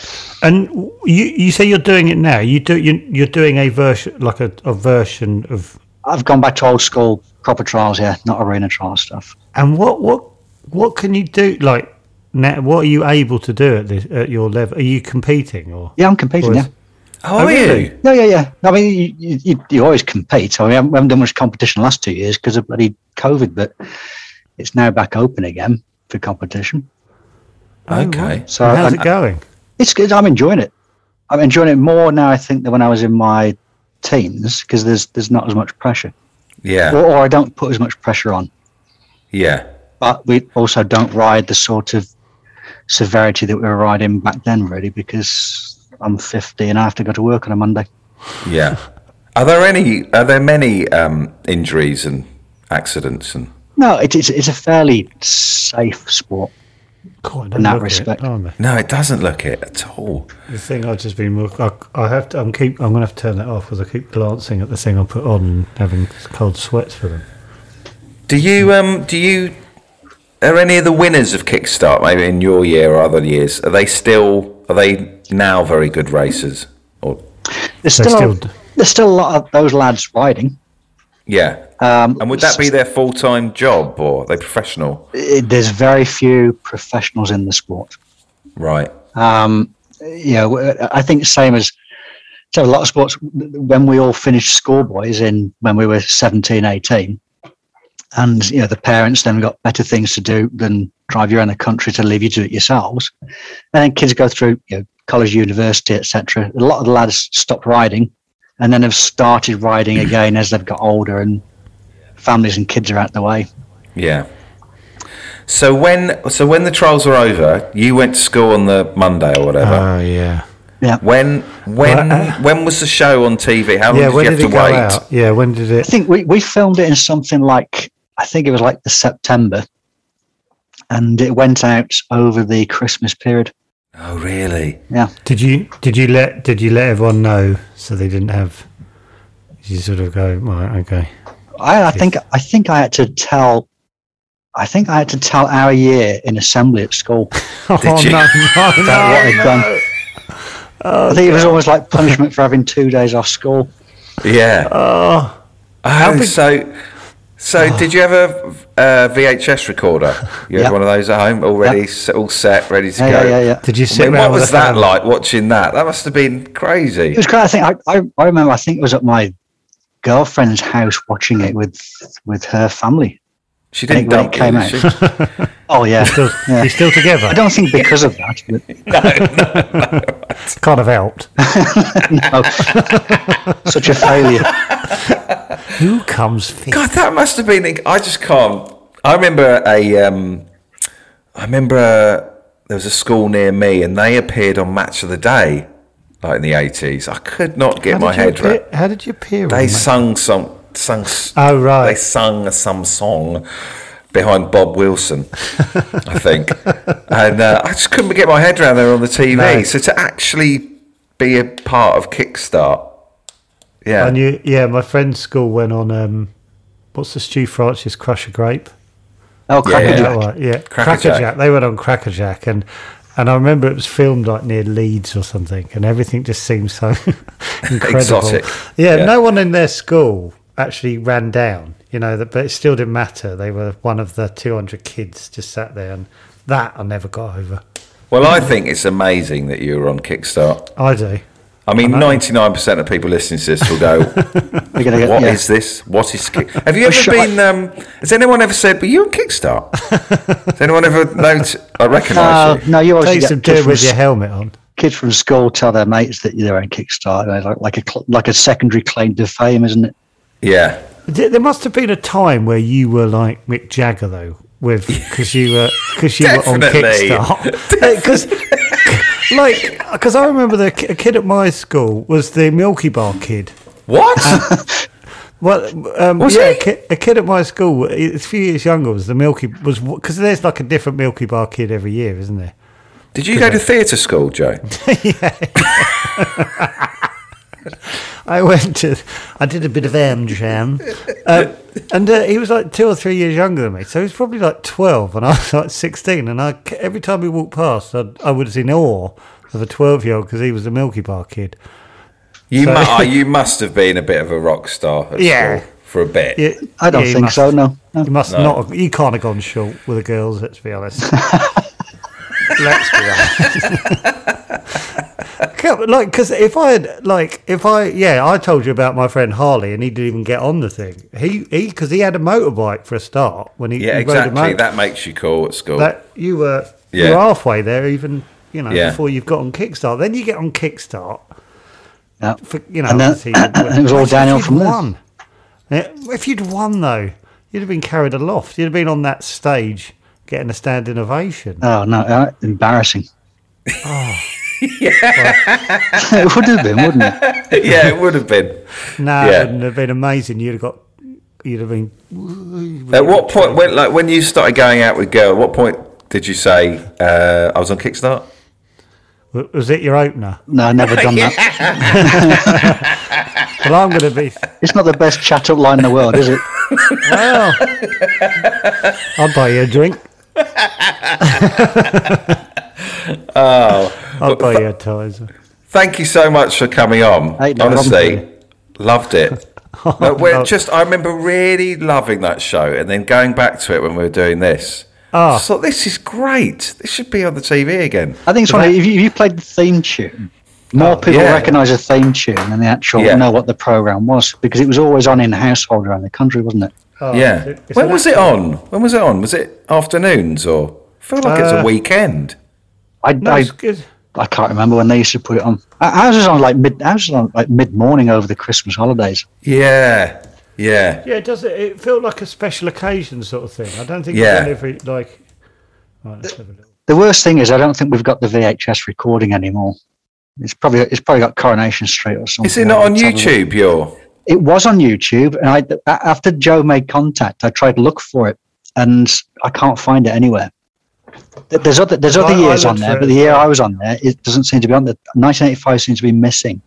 Speaker 2: And you you say you're doing it now. You do you you're doing a version like a, a version of.
Speaker 3: I've gone back to old school proper trials here, not arena trial stuff.
Speaker 2: And what what what can you do like now? What are you able to do at this at your level? Are you competing or?
Speaker 3: Yeah, I'm competing.
Speaker 2: Or
Speaker 3: Yeah,
Speaker 2: is-
Speaker 1: How are
Speaker 2: really?
Speaker 1: you?
Speaker 3: yeah, yeah, yeah. I mean, you- you, you, you always compete. I mean, I haven't- we haven't done much competition the last two years because of bloody COVID, but it's now back open again for competition.
Speaker 1: Okay.
Speaker 3: So
Speaker 2: how's
Speaker 3: and-
Speaker 2: it going?
Speaker 3: It's good. I'm enjoying it. I'm enjoying it more now. I think than when I was in my teens because there's there's not as much pressure,
Speaker 1: Yeah.
Speaker 3: or, or I don't put as much pressure on.
Speaker 1: Yeah.
Speaker 3: But we also don't ride the sort of severity that we were riding back then, really, because I'm 50 and I have to go to work on a Monday.
Speaker 1: Yeah. Are there any? Are there many um, injuries and accidents and?
Speaker 3: No, it, it's it's a fairly safe sport.
Speaker 2: God,
Speaker 3: in that
Speaker 2: look it,
Speaker 3: respect.
Speaker 2: aren't they?
Speaker 1: No, it doesn't look it at all.
Speaker 2: The thing I've just been, I, I have to, I'm keep, I'm gonna have to turn that off because I keep glancing at the thing I put on, and having cold sweats for them.
Speaker 1: Do you? Um. Do you? Are any of the winners of Kickstart maybe in your year or other years? Are they still? Are they now very good racers? Or
Speaker 3: There's
Speaker 2: They're
Speaker 3: still,
Speaker 2: still-
Speaker 3: there's still a lot of those lads riding.
Speaker 1: yeah.
Speaker 3: Um,
Speaker 1: and would that be their full time job or are they professional?
Speaker 3: It- there's very few professionals in the sport.
Speaker 1: Right.
Speaker 3: Um, you know, I think same as so a lot of sports. When we all finished schoolboys in when we were 17, 18, and you know the parents then got better things to do than drive you around the country to leave you to it yourselves. And then kids go through you know, college, university, etc. A lot of the lads stopped riding, and then have started riding again as they've got older and families and kids are out the way.
Speaker 1: Yeah. So when so when the trials were over, you went to school on the Monday or whatever.
Speaker 2: uh, yeah,
Speaker 3: Yeah.
Speaker 1: when when
Speaker 2: Well, uh,
Speaker 1: when was the show on TV? How long
Speaker 2: yeah.
Speaker 1: did
Speaker 2: When
Speaker 1: you
Speaker 2: did
Speaker 1: have
Speaker 2: it
Speaker 1: to
Speaker 2: go
Speaker 1: wait?
Speaker 2: out? Yeah, when did
Speaker 3: I
Speaker 2: it?
Speaker 3: think we, we filmed it in something like I think it was like the September, and it went out over the Christmas period.
Speaker 1: Oh really?
Speaker 2: Did you did you let did you let everyone know so they didn't have? did You sort of go right, okay.
Speaker 3: I, I think I think I had to tell, I think I had to tell our year in assembly at school
Speaker 2: oh
Speaker 1: you?
Speaker 2: no, no,
Speaker 3: about
Speaker 2: no.
Speaker 3: what I'd done. I think it was almost like punishment for having two days off school.
Speaker 1: Yeah.
Speaker 2: Oh,
Speaker 1: oh, so so did you have a uh, VHS recorder? You had
Speaker 3: Yeah.
Speaker 1: one of those at home already, s all set, ready to
Speaker 3: Yeah,
Speaker 1: go.
Speaker 3: yeah, yeah, yeah.
Speaker 2: did you
Speaker 1: I
Speaker 2: sit
Speaker 1: mean,
Speaker 2: around
Speaker 1: what
Speaker 2: with
Speaker 1: was
Speaker 2: the
Speaker 1: that
Speaker 2: family?
Speaker 1: like watching that? That must have been
Speaker 3: It
Speaker 1: crazy.
Speaker 3: was great. I think I, I, I remember. I think it was at my girlfriend's house watching it with with her family.
Speaker 1: She didn't
Speaker 3: when it
Speaker 1: dump you,
Speaker 3: came
Speaker 1: did
Speaker 3: out.
Speaker 1: she?
Speaker 3: Oh yeah.
Speaker 2: Still,
Speaker 3: Yeah.
Speaker 2: You're still together.
Speaker 3: I don't think because of that, but
Speaker 2: Kind of helped.
Speaker 3: no. Oh. such a failure.
Speaker 2: Who comes fifth?
Speaker 1: God, that must have been. I just can't. I remember a. Um, I remember uh there was a school near me, and they appeared on Match of the Day, like in the eighties. I could not get
Speaker 2: How
Speaker 1: my
Speaker 2: did you
Speaker 1: head
Speaker 2: appear-
Speaker 1: right.
Speaker 2: How did you appear?
Speaker 1: They
Speaker 2: on that?
Speaker 1: sung some sung. s-
Speaker 2: Oh, right.
Speaker 1: They sung some song behind Bob Wilson, I think, and uh, I just couldn't get my head around there on the TV.
Speaker 2: No.
Speaker 1: So to actually be a part of Kickstart, yeah,
Speaker 2: I knew, yeah, my friend's school went on. Um, what's the Stu Francis Crusher Grape?
Speaker 3: Oh, cracker
Speaker 1: Yeah.
Speaker 2: Is
Speaker 3: jack.
Speaker 2: that right? Yeah,
Speaker 1: Crackerjack.
Speaker 2: Crackerjack. They went on Crackerjack, and and I remember it was filmed like near Leeds or something, and everything just seemed so incredible.
Speaker 1: Exotic.
Speaker 2: Yeah,
Speaker 1: Yeah.
Speaker 2: no one in their school actually ran down. You know, that, but it still didn't matter. They were one of the two hundred kids just sat there, and that I never got over.
Speaker 1: Well, I think it's amazing that you were on Kickstart.
Speaker 2: I do.
Speaker 1: I mean, ninety-nine percent of people listening to this will go,
Speaker 3: We're gonna get,
Speaker 1: "What is
Speaker 3: yeah.
Speaker 1: this? What is?" Kick-? Have
Speaker 2: Oh,
Speaker 1: you ever
Speaker 3: sure I-
Speaker 1: been? Um, has anyone ever said, "Were you on Kickstart"? has anyone ever noticed? I
Speaker 3: Uh,
Speaker 1: recognise you.
Speaker 3: no, you always
Speaker 2: Take some
Speaker 3: get kids
Speaker 2: beer
Speaker 3: from,
Speaker 2: with your
Speaker 3: s-
Speaker 2: helmet on.
Speaker 3: kids from school tell their mates that they're on Kickstarter, and it's like like a cl- like a secondary claim to fame, isn't it?
Speaker 1: Yeah,
Speaker 2: There there must have been a time where you were like Mick Jagger, though, with because you were because you were on
Speaker 1: Definitely.
Speaker 2: Kickstart. Because like because I remember the ki- a kid at my school was the Milky Bar kid. Uh,
Speaker 1: what?
Speaker 2: Well, um,
Speaker 1: Was
Speaker 2: yeah,
Speaker 1: he?
Speaker 2: a kid, a kid at my school, it's a few years younger, was the Milky was because there's like a different Milky Bar kid every year, isn't there?
Speaker 1: Did you go to theatre school, Joe?
Speaker 2: I went to, I did a bit of M jam, um, and uh, he was like two or three years younger than me, so he was probably like twelve, and I was like sixteen, and I c- every time he walked past, I'd, I would was in awe of a 12 year old because he was a Milky Bar kid.
Speaker 1: You,
Speaker 2: So-
Speaker 1: mu- oh, you must have been a bit of a rock star at
Speaker 2: Yeah.
Speaker 1: school for a bit.
Speaker 2: Yeah,
Speaker 3: I don't
Speaker 2: yeah, he
Speaker 3: think
Speaker 2: must-
Speaker 3: so. No, no.
Speaker 2: You must
Speaker 1: No.
Speaker 2: not. Have, you can't have gone short with the girls. Let's be honest. let's be honest. Yeah, but, like, because if I had, like, if I, yeah, I told you about my friend Harley, and he didn't even get on the thing. He, he, because he had a motorbike for a start when he,
Speaker 1: Yeah,
Speaker 2: he rode a
Speaker 1: exactly.
Speaker 2: motor.
Speaker 1: That makes you cool at school.
Speaker 2: that you were
Speaker 1: Yeah.
Speaker 2: you were halfway there even you know
Speaker 1: Yeah.
Speaker 2: before you've got on Kickstart. Then you get on Kickstart
Speaker 3: Yeah.
Speaker 2: for you know
Speaker 3: And then-
Speaker 2: obviously you-
Speaker 3: and it was all
Speaker 2: if
Speaker 3: downhill
Speaker 2: you'd
Speaker 3: from there.
Speaker 2: won- Yeah, If you'd won though, you'd have been carried aloft. You'd have been on that stage getting a standing ovation.
Speaker 3: Oh no, uh, embarrassing. Oh. it would have been, wouldn't it?
Speaker 1: yeah, it would have been.
Speaker 2: no,
Speaker 1: yeah.
Speaker 2: it wouldn't have been amazing. You'd have got you'd have been
Speaker 1: At what point, when, like when you started going out with girls, at what point did you say uh, I was on Kickstart?
Speaker 2: w- was it your opener?
Speaker 3: No, I've never done that.
Speaker 2: Well I'm gonna be
Speaker 3: It's not the best chat up line in the world, is it?
Speaker 2: well I'll buy you a drink. oh I'll buy you a tizer.
Speaker 1: Thank you so much for coming on.
Speaker 3: Hey, no
Speaker 1: Honestly,
Speaker 3: problem.
Speaker 1: loved it. No, we're
Speaker 2: no.
Speaker 1: just I remember really loving that show, and then going back to it when we were doing this.
Speaker 2: Ah.
Speaker 1: I thought this is great. This should be on the TV again.
Speaker 3: I think it's one. of- If you, if you played the theme tune, more people
Speaker 1: Oh, yeah.
Speaker 3: recognise the theme tune than the actual
Speaker 1: Yeah.
Speaker 3: know what the program was because it was always on in household around the country, wasn't it?
Speaker 2: Oh,
Speaker 1: yeah.
Speaker 2: it's- it's
Speaker 1: when
Speaker 2: an
Speaker 1: was it on? When was it on? Was it afternoons or? I feel like it's a
Speaker 2: Uh,
Speaker 1: weekend.
Speaker 3: I,
Speaker 2: No,
Speaker 3: I,
Speaker 2: it's good.
Speaker 3: I can't remember when they used to put it on. I, I was on like mid. I was on like mid morning over the Christmas holidays.
Speaker 1: Yeah. Yeah.
Speaker 2: Yeah, it does. It, it felt like a special occasion sort of thing. I don't think.
Speaker 1: Yeah.
Speaker 2: Yeah. Every, like. Right, let's have a look.
Speaker 3: The worst thing is, I don't think we've got the VHS recording anymore. It's probably it's probably got Coronation Street or something. uh,
Speaker 1: Is it not on
Speaker 3: Let's have a look.
Speaker 1: YouTube? Your
Speaker 3: It was on YouTube, and I a- after Joe made contact, I tried to look for it, and I can't find it anywhere. Th- There's other there's other
Speaker 2: I- I
Speaker 3: years on
Speaker 2: looked
Speaker 3: there,
Speaker 2: for
Speaker 3: but
Speaker 2: it
Speaker 3: the
Speaker 2: as
Speaker 3: year
Speaker 2: well.
Speaker 3: I was on there, it doesn't seem to be on there. 1985 seems to be missing.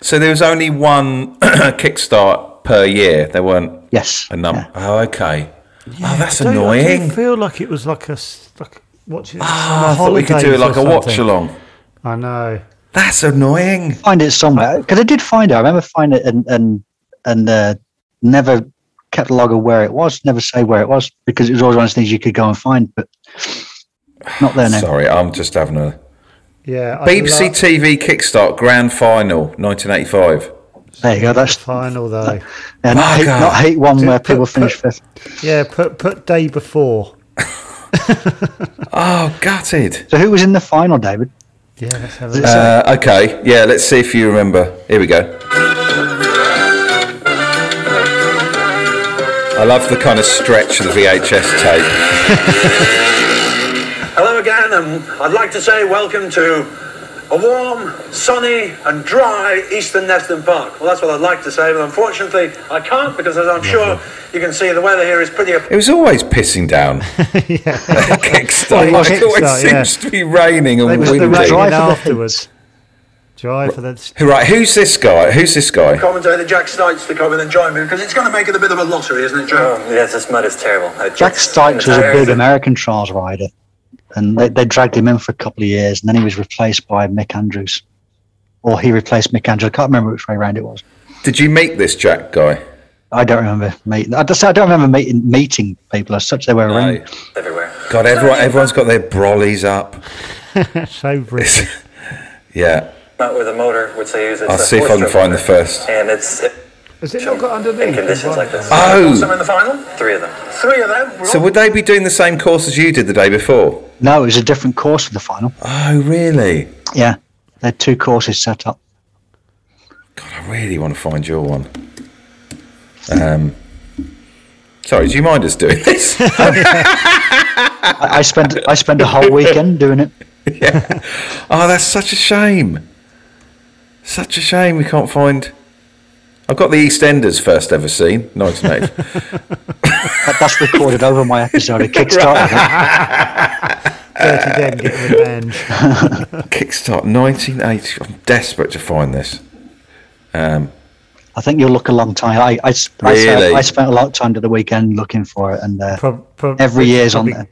Speaker 1: so there was only one Kickstart per year. There weren't
Speaker 3: Yes,
Speaker 1: a number.
Speaker 3: Yeah.
Speaker 1: Oh, okay. oh, that's
Speaker 2: Don't- I don't
Speaker 1: annoying.
Speaker 2: feel like it was like a s- like watching.
Speaker 1: Ah, I thought we could do it like a watch along.
Speaker 2: I know.
Speaker 1: That's annoying.
Speaker 3: find it somewhere because I did find it. I remember finding it and and and uh, never kept a log of where it was. Never say where it was because it was always one of those things you could go and find, but not there now.
Speaker 1: Sorry, I'm just having a
Speaker 2: Yeah. I
Speaker 1: BBC
Speaker 2: love
Speaker 1: TV Kickstart Grand Final 1985.
Speaker 3: There you go.
Speaker 2: the
Speaker 3: That's
Speaker 2: final though.
Speaker 3: yeah, not, hate,
Speaker 1: Bugger.
Speaker 3: not hate one
Speaker 2: Dude,
Speaker 3: where
Speaker 2: put-
Speaker 3: people finish
Speaker 2: put-
Speaker 3: fifth.
Speaker 2: Yeah. Put put day before.
Speaker 1: Oh, gutted.
Speaker 3: So who was in the final, David?
Speaker 2: Yeah. Let's have a look.
Speaker 1: Uh, okay, yeah, let's see if you remember. Here we go. I love the kind of stretch of the VHS tape.
Speaker 4: Hello again, and I'd like to say welcome to a warm, sunny, and dry Eastern Neston Park. Well, that's what I'd like to say, but unfortunately, I can't because, as I'm sure you can see, the weather here is pretty
Speaker 1: It was always pissing down. Kickstart.
Speaker 2: Oh, yeah,
Speaker 1: it always
Speaker 2: Kickstart, yeah.
Speaker 1: seems to be raining and
Speaker 2: They was the
Speaker 1: windy.
Speaker 3: rain-
Speaker 2: raining
Speaker 3: Drive for the
Speaker 2: afterwards. Drive for the.
Speaker 1: Right, who's this guy? Who's this guy?
Speaker 4: commentator Jack Stites to come in and join me because it's going to make it a bit of a lottery, isn't it, Joe?
Speaker 5: Oh, yes, this mud is terrible. Uh,
Speaker 3: Jack
Speaker 5: it's-
Speaker 3: Stites was a
Speaker 5: it's-
Speaker 3: big American trials rider, and they, they dragged him in for a couple of years, and then he was replaced by Mick Andrews, or he replaced Mick Andrews. I can't remember which way round it was.
Speaker 1: Did you meet this Jack guy?
Speaker 3: I don't remember meeting. I, just, I don't remember meeting meeting people as such. They were around.
Speaker 5: everywhere.
Speaker 1: God, everyone, everyone's got their brollies up.
Speaker 2: So British.
Speaker 1: Yeah,
Speaker 5: Not with a motor, which they use. It's
Speaker 1: I'll
Speaker 5: a
Speaker 1: see if I can
Speaker 5: four-stroke
Speaker 1: find the
Speaker 5: motor.
Speaker 1: first.
Speaker 5: And it's it,
Speaker 2: Has it not got underneath?
Speaker 5: in conditions like this.
Speaker 4: So
Speaker 1: Oh,
Speaker 4: in the final,
Speaker 5: Three of them.
Speaker 4: three of them. We're
Speaker 1: so
Speaker 4: all-
Speaker 1: would they be doing the same course as you did the day before?
Speaker 3: No, it was a different course for the final.
Speaker 1: Oh, really?
Speaker 3: Yeah, they had two courses set up.
Speaker 1: God, I really want to find your one. Um, sorry, do you mind us doing this?
Speaker 3: I, I spent I spent a whole weekend doing it.
Speaker 1: oh, that's such a shame. Such a shame we can't find. I've got the EastEnders first ever seen, 1980.
Speaker 3: That, that's recorded over my episode of Kickstarter.
Speaker 2: Dirty Den getting revenge.
Speaker 1: Kickstart 1980. I'm desperate to find this.
Speaker 3: I think you'll look a long time. I I, s- I,
Speaker 1: Really?
Speaker 3: spent, I spent a lot of time to the weekend looking for it, and uh,
Speaker 2: Prob- prob-
Speaker 3: every year's on
Speaker 2: probably-
Speaker 3: there.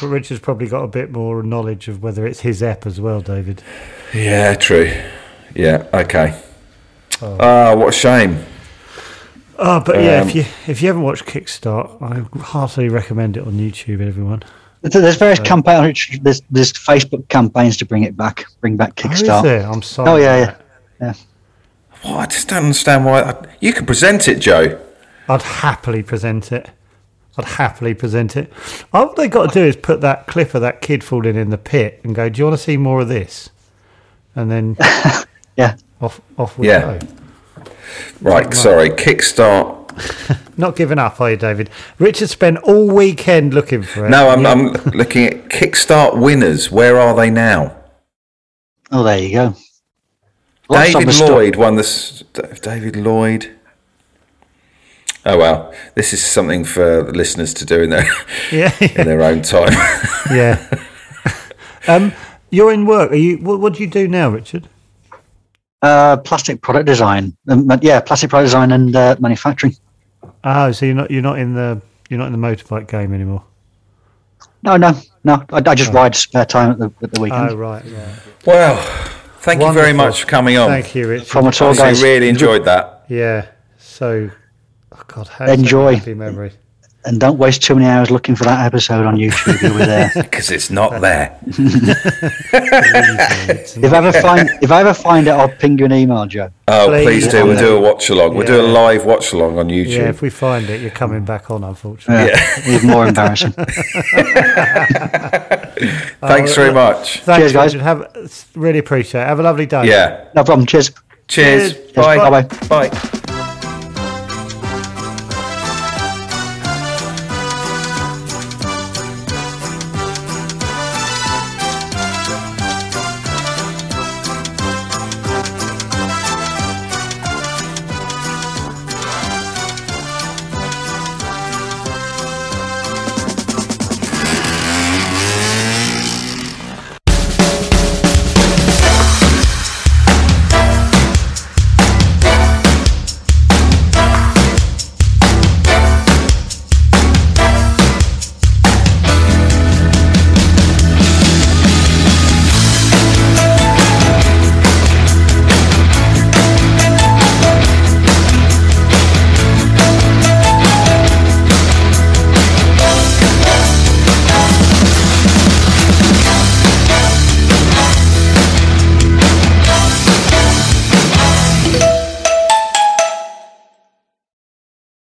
Speaker 2: But Richard's probably got a bit more knowledge of whether it's his app as well, David.
Speaker 1: Yeah, true. Yeah, okay. Ah, what a shame.
Speaker 2: Oh, but yeah,
Speaker 1: Um,
Speaker 2: if you if you haven't watched Kickstart, I heartily recommend it on YouTube, everyone.
Speaker 3: There- There's various campaigns. There's, there's Facebook campaigns to bring it back, bring back
Speaker 2: Oh, is
Speaker 3: Kickstarter.
Speaker 2: there? I'm sorry.
Speaker 3: Oh, yeah,
Speaker 2: for
Speaker 3: yeah.
Speaker 2: that.
Speaker 1: What? I just don't understand why. I, you can present it, Joe.
Speaker 2: I'd happily present it. I'd happily present it. All they got to do is put that clip of that kid falling in the pit and go, "Do you want to see more of this?" And then
Speaker 3: yeah.
Speaker 2: off off we
Speaker 1: Yeah.
Speaker 2: go.
Speaker 1: Right, sorry. Kickstart.
Speaker 2: Not giving up, are you, David? Richard spent all weekend looking for it.
Speaker 1: No, I'm, I'm looking at Kickstart winners. Where are they now?
Speaker 3: Oh, there you go. Lots of
Speaker 1: David
Speaker 3: the stuff-
Speaker 1: Lloyd won this. David Lloyd. Oh well, this is something for the listeners to do in their
Speaker 2: Yeah,
Speaker 1: in their own time.
Speaker 2: yeah. um, you're in work. Are you? What, what do you do now, Richard?
Speaker 3: Uh, plastic product design. Um, but yeah, plastic product design and uh, manufacturing.
Speaker 2: Oh, so you're not you're not in the you're not in the motorbike game anymore.
Speaker 3: No, no, no. I, I just ride spare time at the, at the weekend.
Speaker 2: Oh, right. right.
Speaker 1: well, thank you very
Speaker 2: Wonderful.
Speaker 1: much for coming
Speaker 3: Oh.
Speaker 1: on.
Speaker 2: Thank you, Richard.
Speaker 3: From at all,
Speaker 1: Honestly,
Speaker 3: guys.
Speaker 1: really enjoyed that.
Speaker 2: Yeah. So, oh God, how is that a
Speaker 3: Enjoy.
Speaker 2: happy memory.
Speaker 3: And don't waste too many hours looking for that episode on YouTube. You'll be there.
Speaker 1: Because it's not there.
Speaker 3: if I ever find if I ever find it, I'll ping you an email, Joe.
Speaker 1: Oh,
Speaker 2: Please.
Speaker 1: please, do. We'll do a watch along. We'll do a
Speaker 2: Yeah.
Speaker 1: live watch along on
Speaker 2: Yeah, Uh,
Speaker 1: YouTube.
Speaker 2: if we find it, you're coming back on, unfortunately.
Speaker 3: Yeah, even more embarrassing.
Speaker 1: Thanks
Speaker 2: uh,
Speaker 1: very much.
Speaker 2: Thanks,
Speaker 3: Cheers, guys.
Speaker 2: Richard. Have really appreciate it. Have a lovely day.
Speaker 1: Yeah.
Speaker 3: No problem. Cheers.
Speaker 1: Cheers.
Speaker 2: Cheers.
Speaker 1: Bye.
Speaker 3: Bye-bye.
Speaker 1: Bye.